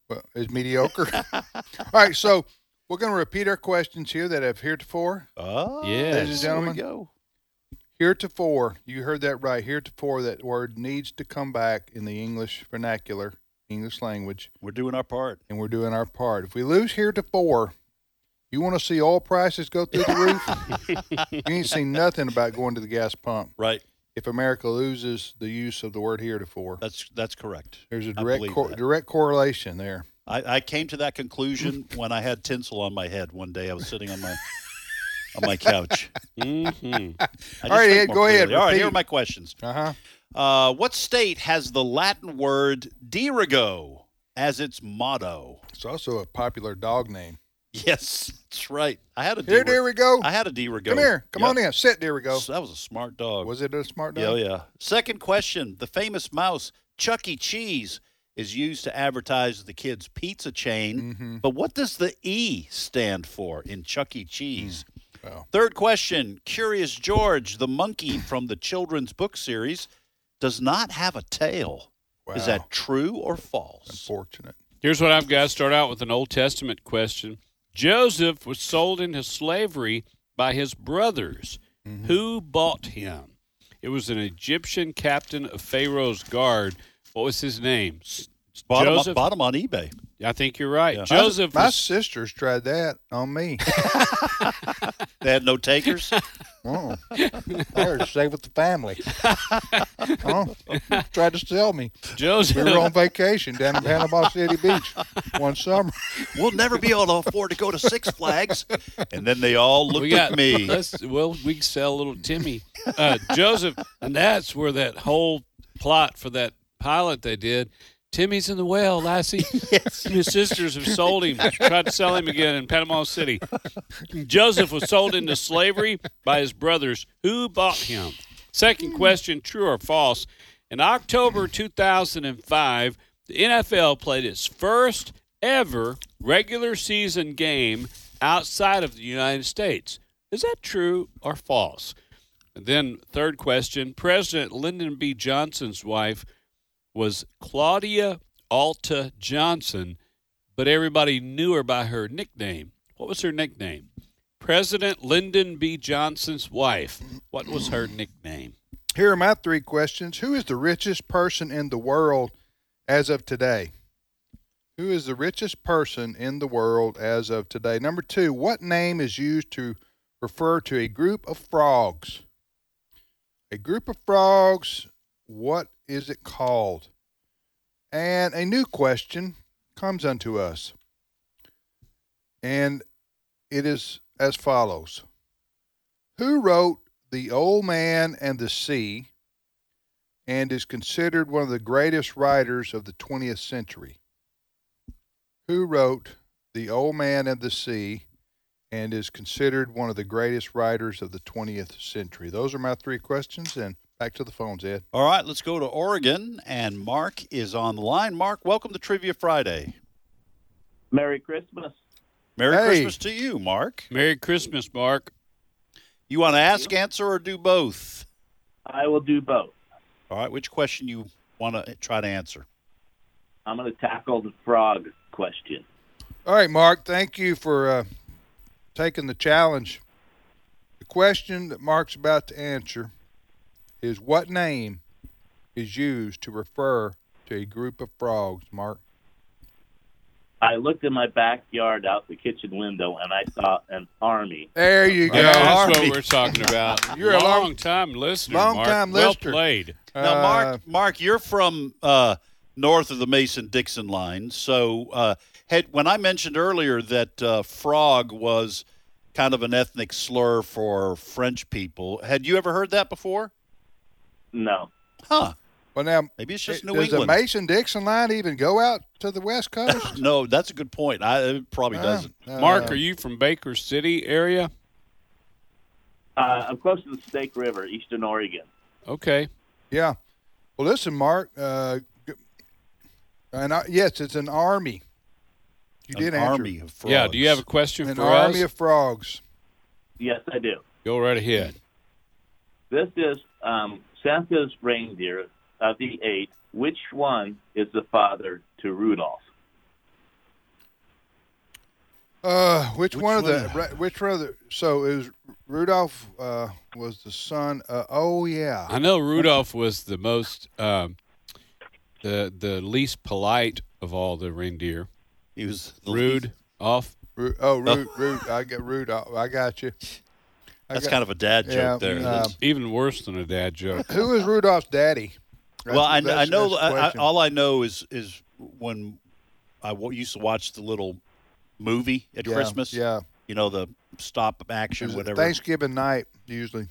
Well, is mediocre. All right, so we're going to repeat our questions here that have heretofore. Oh, Ladies and gentlemen, There we go. heretofore, you heard that right. Heretofore, that word needs to come back in the English vernacular, English language, We're doing our part. and we're doing our part. If we lose heretofore, you want to see oil prices go through the roof? you ain't seen nothing about going to the gas pump. Right. If America loses the use of the word heretofore, That's that's correct. there's a I direct believe cor- that. direct correlation there. I, I came to that conclusion when I had tinsel on my head one day. I was sitting on my on my couch. Mm-hmm. I All right, just think Ed, more go ahead, clearly. All right, repeat. here are my questions. Uh huh. Uh, what state has the Latin word dirigo as its motto? It's also a popular dog name. Yes, that's right. I had a Here, dirigo. there we go. I had a dirigo. Come here. Come Yep. on in. Sit. There we go. So That was a smart dog. Was it a smart Yeah, oh, dog? yeah. Second question: The famous mouse Chuck E. Cheese is used to advertise the kids' pizza chain, Mm-hmm. but what does the E stand for in Chuck E. Cheese? Wow. Third question: Curious George, the monkey from the children's book series, does not have a tail. Is Wow. that true or false? Unfortunate. Here's what I've got. Start out with an Old Testament question. Joseph was sold into slavery by his brothers. Mm-hmm. Who bought him? It was an Egyptian captain of Pharaoh's guard. What was his name? S- Bottom, Joseph. bottom on eBay. I think you're right. Yeah. Joseph. My Was, sisters tried that on me. They had no takers. Oh, they're to stay with the family. Oh, tried to sell me. We Joseph. were on vacation down in Panama City Beach one summer. we'll never be able to afford to go to Six Flags. And then they all looked we got at me. Let's, well, we can sell little Timmy, uh, Joseph, and that's where that whole plot for that pilot they did. Timmy's in the well, Lassie. His sisters have sold him, tried to sell him again in Panama City. Joseph was sold into slavery by his brothers. Who bought him? Second question true or false? In October 2005, the NFL played its first ever regular season game outside of the United States. Is that true or false? And then, third question President Lyndon B. Johnson's wife was Claudia Alta Johnson, but everybody knew her by her nickname. What was her nickname? President Lyndon B. Johnson's wife. What was her nickname? Here are my three questions. Who is the richest person in the world as of today? Who is the richest person in the world as of today? Number two, what name is used to refer to a group of frogs? A group of frogs, what is it called? And a new question comes unto us. And it is as follows Who wrote The Old Man and the Sea and is considered one of the greatest writers of the 20th century? Who wrote The Old Man and the Sea and is considered one of the greatest writers of the 20th century? Those are my three questions, and back to the phones, Ed. All right, let's go to Oregon, and Mark is on the line. Mark, welcome to Trivia Friday. Merry Christmas. Merry Hey. Christmas to you, Mark. Merry Christmas, Mark. You want to ask, answer, or do both? I will do both. All right, which question you want to try to answer? I'm going to tackle the frog question. All right, Mark. Thank you for uh, taking the challenge. The question that Mark's about to answer is what name is used to refer to a group of frogs, Mark? I looked in my backyard out the kitchen window and I saw an army. There you go. Yeah, that's Army. what we're talking about. You're a long- time listener. long Mark. time well listener. played. now, Uh, Mark, Mark, you're from uh, north of the Mason-Dixon line, so uh, had, when I mentioned earlier that uh, frog was kind of an ethnic slur for French people, had you ever heard that before? No. Huh. Well, now maybe it's just it- New does England. the Mason Dixon line even go out to the West Coast? no, that's a good point. I it probably Ah, doesn't. Mark, are you from Baker City area? Uh, I'm close to the Snake River, Eastern Oregon. Okay. Yeah. Well, listen, Mark. Uh, g- and I, yes, it's an army. You An did answer. army of frogs. Yeah. Do you have a question An for army us? of frogs. Yes, I do. Go right ahead. This is um, Santa's reindeer of the eight. Which one is the father to Rudolph? Uh, which, one of the one? right, which one of the so is Rudolph uh, was the son? Uh, oh yeah, I know Rudolph was the most, um, the the least polite of all the reindeer. He was the rude, off. Ru- oh Ru- Ru- I got Rudolph. I got you. I That's got- kind of a dad joke yeah, there. uh, Even worse than a dad joke. who is Rudolph's daddy? That's- well, I, kn- I that's- know that's the I, I, question. all I know is is when I w- used to watch the little movie at Yeah, Christmas. Yeah, You know the stop action, It's whatever. Thanksgiving night usually.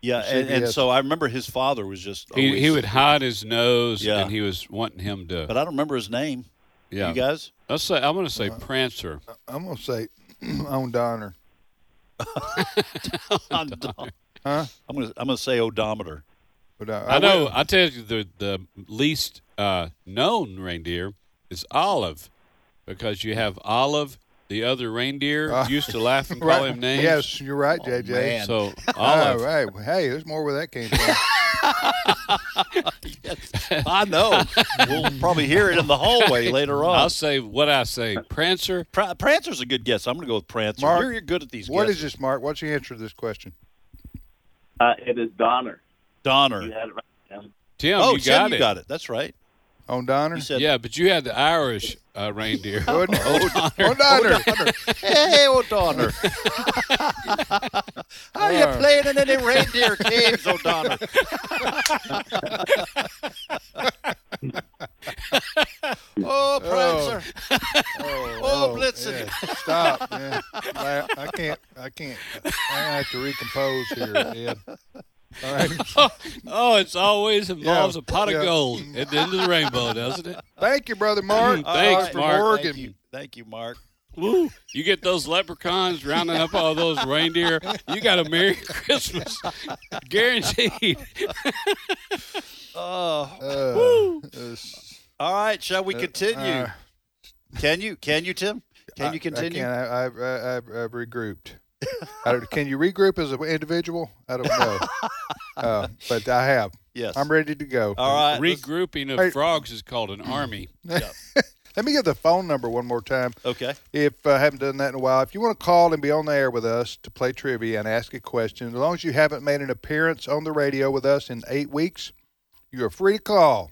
yeah, and, and CBS. so I remember his father was just He, always- he would hide his nose, Yeah. and he was wanting him to. but I don't remember his name. yeah. You guys, Let's say I'm going to say Uh, Prancer. I'm gonna say on Donner. I'm done. Huh? I'm gonna I'm gonna say odometer. But I, I, know. I tell you, the the least uh, known reindeer is Olive, because you have Olive, the other reindeer, Uh, used to laugh and call Right. him names. Yes, you're right, JJ. Oh, man. So All Olive, right. Well, Hey, there's more where that came from. I know. we'll probably hear it in the hallway later on. I'll say what I say. Prancer. Pr- Prancer's a good guess. I'm gonna go with Prancer. Mark, you're, you're good at these. what guesses. is this, Mark? What's the answer to this question? Uh, it is Donner. Donner? You had it right. Tim. Tim, oh, you Tim, got you it. got it. That's right. On Donner. You said Yeah, but you had the Irish uh, reindeer. Oh, On Donner. Hey, O'Donnell. Are you playing in any reindeer games, O'Donnell? oh, Prancer. Oh, Oh, Blitzen. yeah. Stop, man. I, I can't. I can't. I have to recompose here, Ed. All right. oh, it's always involves Yeah, a pot yeah. of gold at the end of the rainbow, doesn't it? Thank you, brother Mark. Thanks, from Mark. Oregon. Thank you. Thank you, Mark. Woo! You get those leprechauns rounding up all those reindeer. You got a Merry Christmas, guaranteed. Oh, Uh, all right. Shall we continue? uh, can you? Can you, Tim? Can I- you I continue? can't. I, I, I, I've, I've regrouped. I, don't- can you regroup as an individual? I don't know. uh, but I have. yes. I'm ready to go. All right. let's- Regrouping Hey. of frogs is called an army. Let me give the phone number one more time. Okay. If I haven't done that in a while, if you want to call and be on the air with us to play trivia and ask a question, as long as you haven't made an appearance on the radio with us in eight weeks, you are free to call.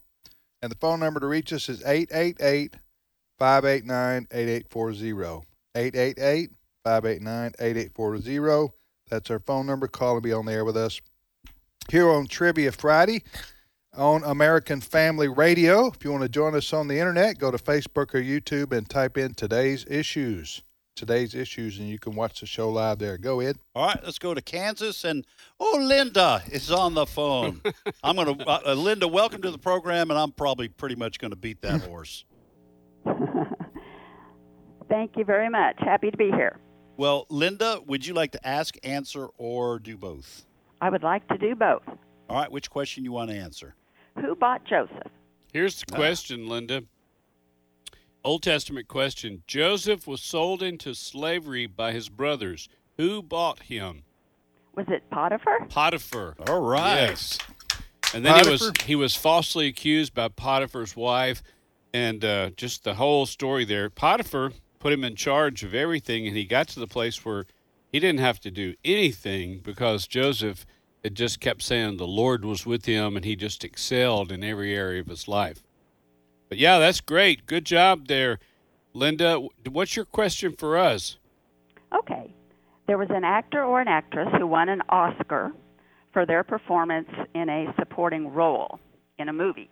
And the phone number to reach us is 888 589 8840. 888 589 8840. That's our phone number. Call and be on the air with us here on Trivia Friday on American Family Radio. If you want to join us on the internet, go to Facebook or YouTube and type in today's issues. Today's issues, and you can watch the show live there. Go ahead. All right, let's go to Kansas, and oh, Linda is on the phone. I'm gonna, uh, uh, Linda, welcome to the program, and I'm probably pretty much gonna beat that horse. Thank you very much. Happy to be here. Well, Linda, would you like to ask, answer, or do both? I would like to do both. All right, which question you want to answer? Who bought Joseph? Here's the question, Linda. Old Testament question. Joseph was sold into slavery by his brothers. Who bought him? Was it Potiphar? Potiphar. All right. Yes. And then he was Potiphar? he was falsely accused by Potiphar's wife, and uh, just the whole story there. Potiphar put him in charge of everything, and he got to the place where he didn't have to do anything because Joseph had just kept saying the Lord was with him, and he just excelled in every area of his life. But yeah, that's great. Good job there, Linda. W- What's your question for us? Okay. There was an actor or an actress who won an Oscar for their performance in a supporting role in a movie.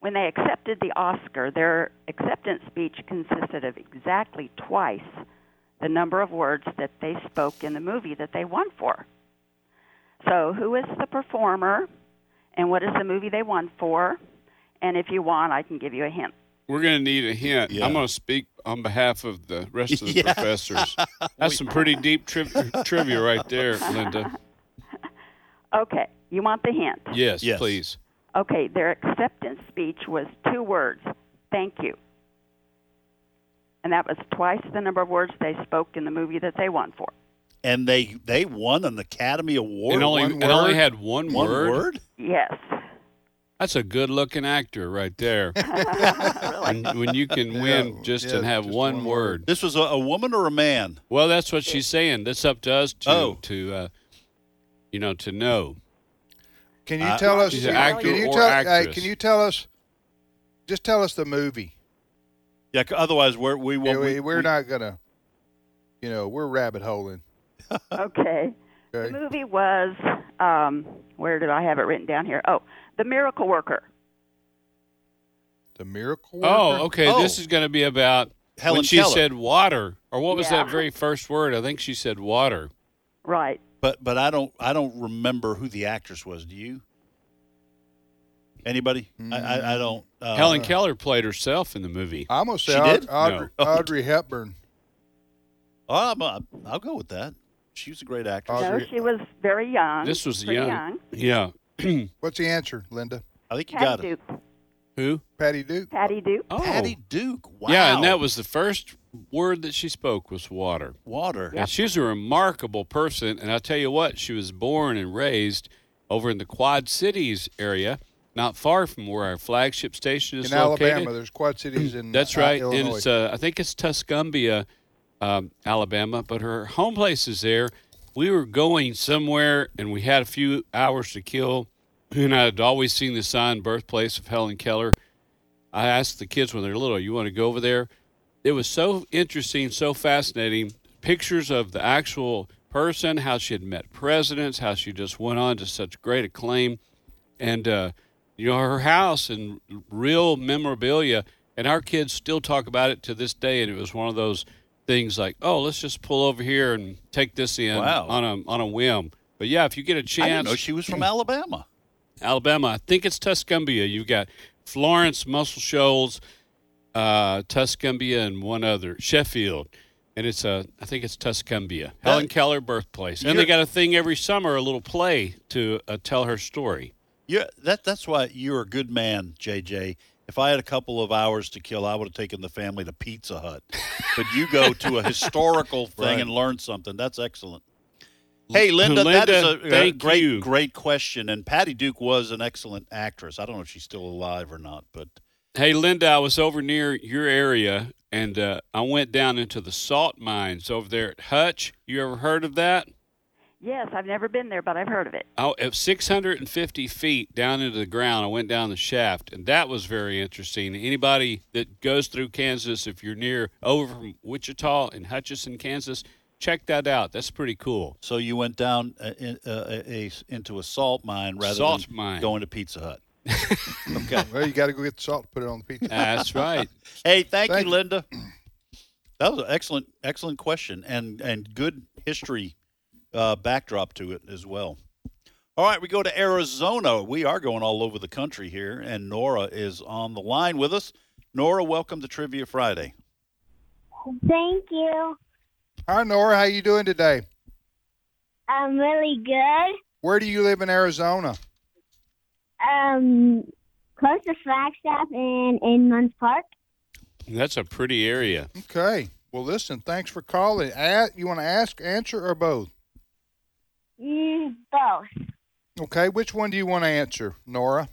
When they accepted the Oscar, their acceptance speech consisted of exactly twice the number of words that they spoke in the movie that they won for. So, who is the performer and what is the movie they won for. And if you want, I can give you a hint. We're going to need a hint. Yeah. I'm going to speak on behalf of the rest of the Yeah. professors. That's some pretty deep tri- trivia right there, Linda. Okay, you want the hint? Yes, please. Okay, their acceptance speech was two words thank you. And that was twice the number of words they spoke in the movie that they won for. And they they won an Academy Award. And only- One and only word? had one one word? Yes. That's a good looking actor right there. when, when you can win just yeah, and have one, word. This was a, a woman or a man? Well, that's what she's saying. That's up to us to Oh. to uh, you know to know. Can you Uh, tell us? she's Can an you- actor can you or tell? Hey, actress. can you tell us? Just tell us the movie. Yeah. c- Otherwise, we're, we Yeah, won't. we, we're not gonna. You know, we're rabbit holing. Okay. The Okay. movie was, um, where did I have it written down here? Oh, The Miracle Worker. The miracle. Oh, Worker? okay. This is going to be about Helen when she Keller. said water, or what was Yeah. that very first word? I think she said water. Right. But but I don't I don't remember who the actress was. Do you? Anybody? I, I I don't. Uh, Helen Keller played herself in the movie. I'm gonna say She Aud- did? Audrey, No. Audrey Hepburn. Oh, I'm, uh, I'll go with that. She was a great actress. No, she was very young. This was pretty young. young. Yeah. What's the answer, Linda? I think Patty Duke. Who? Patty Duke. Patty Duke. Oh. Patty Duke. Wow. Yeah, and that was the first word that she spoke was water. water. And she's a remarkable person, and I'll tell you what, she was born and raised over in the Quad Cities area, not far from where our flagship station is In located. Alabama, there's Quad Cities in. That's uh, right. Illinois. And it's uh, I think it's Tuscumbia, um, Alabama, but her home place is there. We were going somewhere and we had a few hours to kill, and I had always seen the sign "Birthplace of Helen Keller." I asked the kids when they're little, "You want to go over there?" It was so interesting, so fascinating. Pictures of the actual person, how she had met presidents, how she just went on to such great acclaim and uh, you know her house and real memorabilia and our kids still talk about it to this day and it was one of those things like oh let's just pull over here and take this in Wow. on a on a whim but yeah if you get a I chance didn't know she was from Alabama. Alabama. I think it's Tuscumbia. You've got Florence, Muscle Shoals, uh, Tuscumbia, and one other, Sheffield. And it's uh, I think it's Tuscumbia, Helen Keller birthplace. And they got a thing every summer, a little play to uh, tell her story. Yeah, that that's why you're a good man, JJ. If I had a couple of hours to kill, I would have taken the family to Pizza Hut. but you go to a historical thing Right. and learn something. That's excellent. Hey, Linda, that is Linda, a, a thank great, you. great question. And Patty Duke was an excellent actress. I don't know if she's still alive or not, but Hey, Linda, I was over near your area, and uh, I went down into the salt mines over there at Hutch. You ever heard of that? Yes, I've never been there, but I've heard of it. I, at 650 feet down into the ground, I went down the shaft, and that was very interesting. Anybody that goes through Kansas, if you're near over from Wichita and Hutchinson, Kansas, check that out. That's pretty cool. so you went down uh, in, uh, a, a- into a salt mine rather Salt than mine. going to Pizza Hut. Well, you got to go get the salt to put it on the pizza. That's right. Hey, thank, Thank you, you. Linda. That was an excellent, excellent question, and and good history uh, backdrop to it as well. All right, we go to Arizona. We are going all over the country here, and Nora is on the line with us. Nora, welcome to Trivia Friday. Thank you. Hi, Nora. How you doing today? I'm Um, really good. Where do you live in Arizona? Um, close to Flagstaff and in Munns Park. That's a pretty area. Okay. Well, listen. Thanks for calling. A- You want to ask, answer, or both? Mm, both. Okay. Which one do you want to answer, Nora?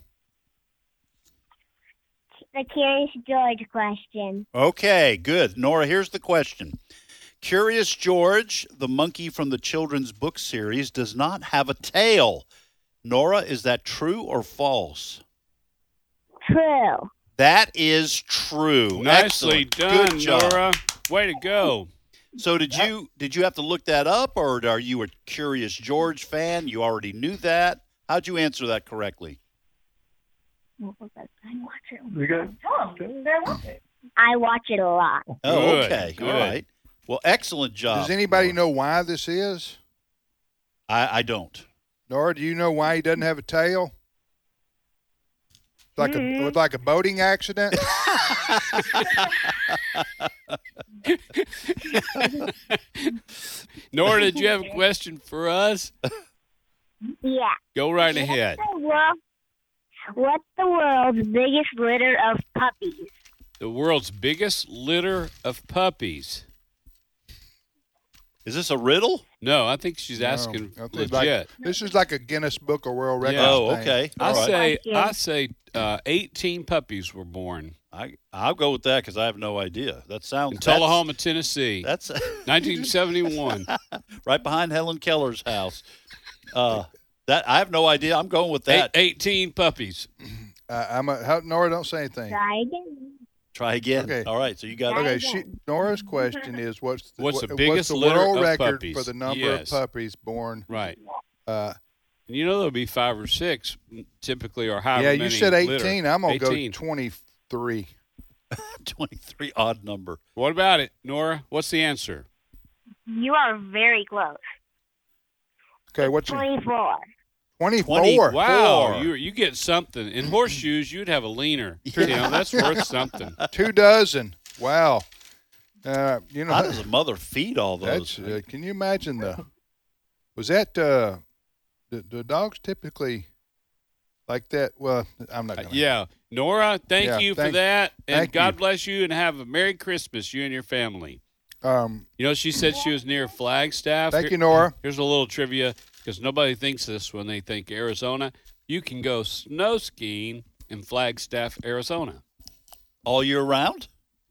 The Curious George question. Okay, good. Nora, here's the question. Curious George, the monkey from the children's book series, does not have a tail. Nora, is that true or false? True. That is true. Nicely Excellent. done, Good job. Nora. Way to go. So did you did you have to look that up, or are you a Curious George fan? You already knew that. How'd you answer that correctly? You good? I watch it a lot. Oh, Good, okay, good. all right. Well, excellent job. Uh, Does anybody know why this is? I, I don't. Nora, do you know why he doesn't have a tail? Like a with like a boating accident. Nora, did you have a question for us? Yeah. Go right ahead. What's the, world, what's the world's biggest litter of puppies? The world's biggest litter of puppies. Is this a riddle? No, I think she's No, asking I think legit. like- this is like a Guinness Book of World Records. Yeah. Oh, thing. I say I say uh, eighteen puppies were born. I I'll go with that because I have no idea. That sounds in Tullahoma, Tennessee. That's 1971, right behind Helen Keller's house. Uh, that I have no idea. I'm going with that. eighteen puppies. Uh, I'm a, how, Nora, don't say anything. Try again. Try again. All right, so you got okay. She, Nora's question is, what's the, What's the what- biggest the litter world of record puppies? for the number Yes. of puppies born? right? Uh, And you know there'll be five or six typically, or however yeah, you many said litter. 18. I'm gonna 18. go 23. 23 odd number. What about it, Nora? What's the answer? You are very close. Okay, what's your 24. 24? Wow, you you get something. In horseshoes, you'd have a leaner. You know, that's worth something. Two dozen. Wow. Uh, you know, How does a mother feed all those? that's, uh, can you imagine the? Was that uh, the the dogs typically like that? Well, I'm not. Gonna, Uh, Yeah, Nora, thank Yeah, you for thank- that, and thank God you. bless you, and have a merry Christmas, you and your family. Um, You know, she said she was near Flagstaff. Thank you, Nora. Here's a little trivia because nobody thinks this when they think Arizona. You can go snow skiing in Flagstaff, Arizona. All year round?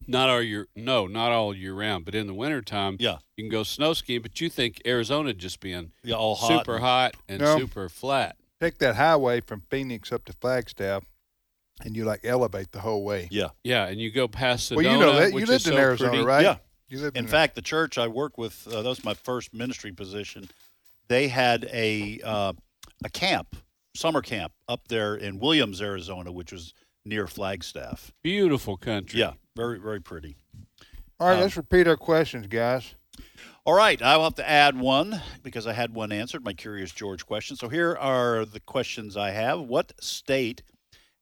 Not all year. No, not all year round, but in the wintertime, yeah. you can go snow skiing. But you think Arizona just being Yeah, all hot super and- hot and No. super flat. take that highway from Phoenix up to Flagstaff, and you like elevate the whole way. Yeah. Yeah, and you go past Sedona, Well, you know that- you which lived is in so Arizona, pretty. right? Yeah. You live in in- fact, the church I work with, uh, that was my first ministry position. They had a uh, a camp, summer camp, up there in Williams, Arizona, which was near Flagstaff. Beautiful country. Yeah, very very pretty. All right, let's repeat our questions, guys. All right, I'll have to add one because I had one answered, my Curious George question. So here are the questions I have. What state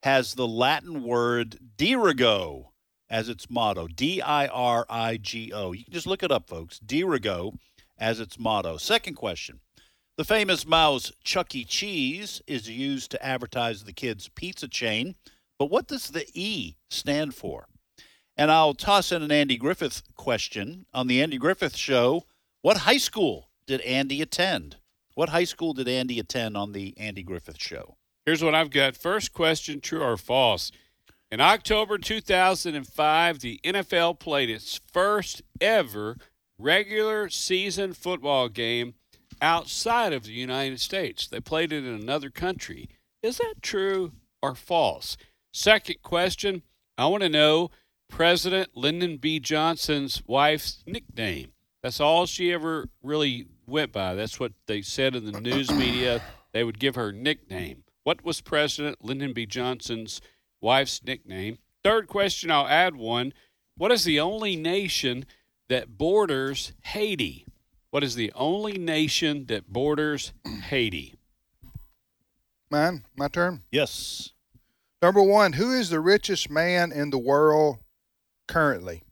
has the Latin word dirigo as its motto? D I R I G O. You can just look it up, folks. Dirigo as its motto. Second question The famous Mao's Chuck E. Cheese is used to advertise the kids' pizza chain, but what does the E stand for? And I'll toss in an Andy Griffith question. On the Andy Griffith show, what high school did Andy attend? What high school did Andy attend on the Andy Griffith show? Here's what I've got. First question true or false? In October 2005, the NFL played its first ever regular season football game outside of the United States. They played it in another country. Is that true or false? Second question I want to know President Lyndon B. Johnson's wife's nickname. That's all she ever really went by. That's what they said in the news media. They would give her nickname. What was President Lyndon B. Johnson's wife's nickname? Third question, I'll add one. What is the only nation that borders Haiti? What is the only nation that borders Haiti? Mine, my turn. Yes. Number one, who is the richest man in the world currently?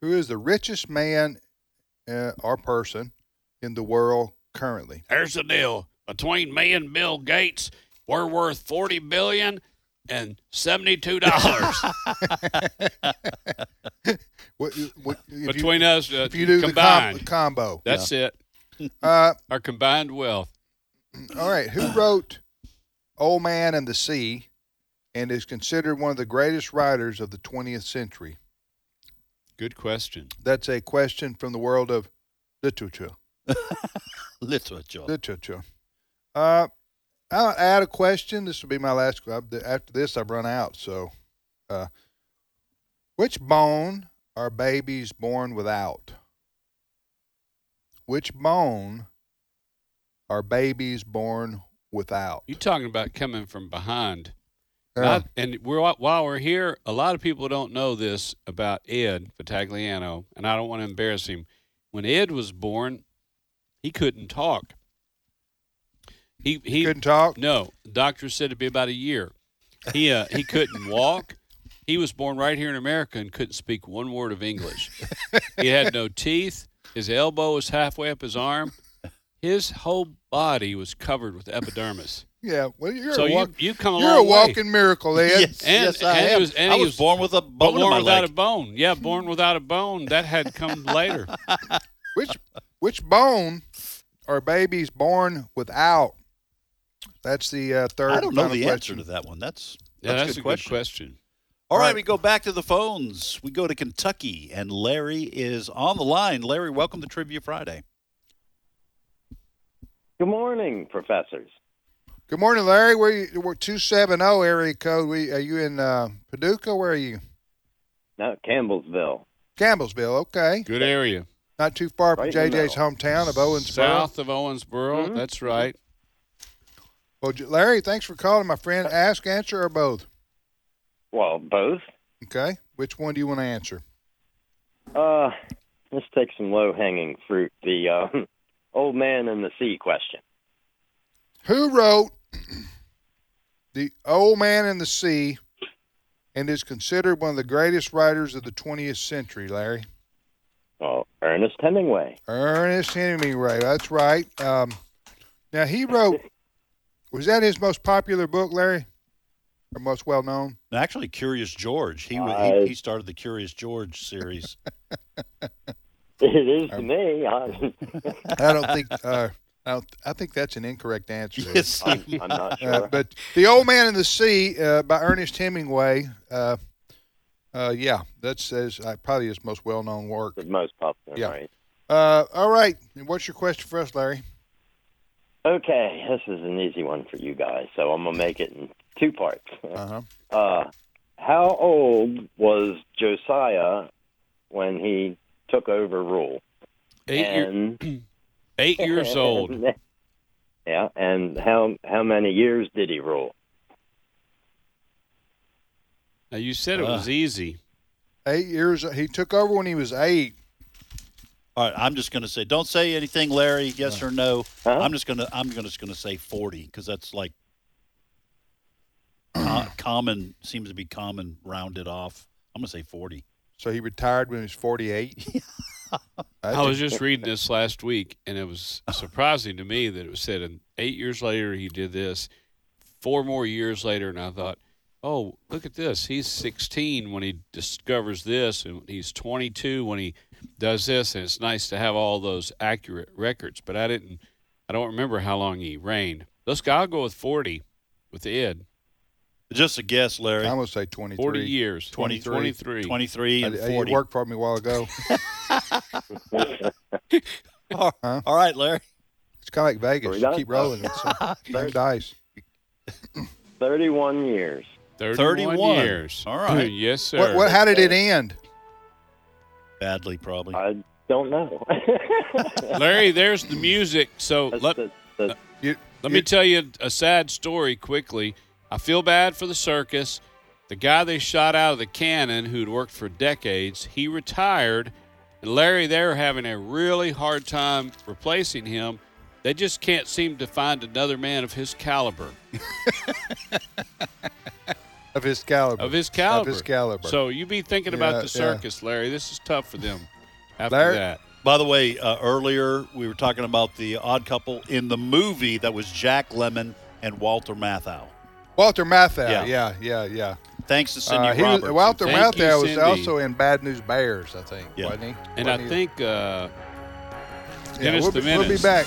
Who is the richest man uh, or person in the world currently? There's the deal. Between me and Bill Gates, we're worth forty billion and seventy-two dollars. What, what, if you- Between us, uh, if you do the com- combined. combo, That's it. Uh, Our combined wealth. all right. Who wrote "Old Man and the Sea" and is considered one of the greatest writers of the 20th century? Good question. That's a question from the world of literature. Oh. Literature. Literature. Uh, I'll add a question. This will be my last. I've- After this, I've run out. So, uh, which bone are babies born without? Which bone are babies born without? Uh, You talking about coming from behind? Yeah. Not- and we're while we're here, a lot of people don't know this about Ed Vitagliano, and I don't want to embarrass him. When Ed was born, he couldn't talk. He he couldn't talk. No, the doctor said it'd be about a year. He uh, he couldn't walk. He was born right here in America and couldn't speak one word of English. he had no teeth. His elbow was halfway up his arm. His whole body was covered with epidermis. Yeah, well, you're So a you- walk, you've come a You're a long way. walking miracle, Ed. and, and He was, and I he was born with a bone in Born my without leg. a bone. Yeah, born without a bone. That had come later. Which bone are babies born without? That's the uh, third. I don't know final the question. answer to that one. That's Yeah, that's, a good question. All right, we go back to the phones. We go to Kentucky, and Larry is on the line. Larry, welcome to Trivia Friday. Good morning, professors. Good morning, Larry. Where you? We're two seven zero area code. We are you in uh, Paducah? Where are you? No, Campbellsville. Campbellsville. Okay, Good area. not too far from Right in the JJ's hometown of Owensboro. South of Owensboro. That's right. Well, J- Larry, thanks for calling, my friend. Ask, answer, or both. Well, both. Okay, which one do you want to answer? Uh, let's take some low-hanging fruit. The uh, old man and the sea question. Who wrote The Old Man and the Sea and is considered one of the greatest writers of the 20th century, Larry? Well, Ernest Hemingway. Ernest Hemingway, that's right. Um, now, he wrote, was that his most popular book, Larry? Or most well known? And actually, Curious George. He, I- he he started the Curious George series. It is to me. I, I don't think. Uh, I, don't, I think that's an incorrect answer. Yes. I'm- I'm not Uh, sure. but the Old Man and the Sea uh, by Ernest Hemingway. Uh, uh, yeah, that's his, uh, probably his most well-known work. The most popular, Yeah. right? Uh, all right. And what's your question for us, Larry? Okay, this is an easy one for you guys, so I'm gonna make it in two parts. Uh-huh. Uh, how old was Josiah when he took over rule? Eight year- And- eight years old. yeah, and how how many years did he rule? Now you said it Uh. was easy. Eight years. He took over when he was eight. All right, I'm just going to say, don't say anything, Larry. Yes or no. I'm just going to I'm gonna, just going to say 40 because that's like uh, common seems to be common rounded off. I'm going to say 40. So he retired when he was forty-eight. I was just reading this last week, and it was surprising to me that it was said. And eight years later, he did this. Four more years later, and I thought, oh, look at this. He's 16 when he discovers this, and he's 22 when he does this. And it's nice to have all those accurate records. But I didn't. I don't remember how long he reigned. Let's go. I'll go with 40 with Ed. Just a guess, Larry. I'm gonna say twenty-three. 40 years. 23. 23 and I- I- 40. You worked for me a while ago. Huh? All right, Larry. It's kind of like Vegas. You keep rolling. It's uh, same dice. Thirty-one years. 31, years. All right. yes, sir. What, what? How did it end? Badly, probably. I don't know. Larry, there's the music. So let, Uh, let me tell you a sad story quickly. I feel bad for the circus. The guy they shot out of the cannon, who'd worked for decades, he retired. And Larry, they're having a really hard time replacing him. They just can't seem to find another man of his caliber. Of his caliber. Of his caliber. Of his caliber. So you be thinking Yeah, about the yeah. circus, Larry. This is tough for them after that. By the way, uh, earlier we were talking about the odd couple in the movie that was Jack Lemon and Walter Matthau. Walter Matthau. Yeah. Yeah, yeah, yeah. yeah. Thanks to Cindy Uh, he was- Roberts. Walter Thank you, Matthau was Cindy. also in Bad News Bears, I think, Yeah. wasn't he? Wasn't And I he? think uh, Yeah, Dennis we'll, the be, we'll Menace. be back.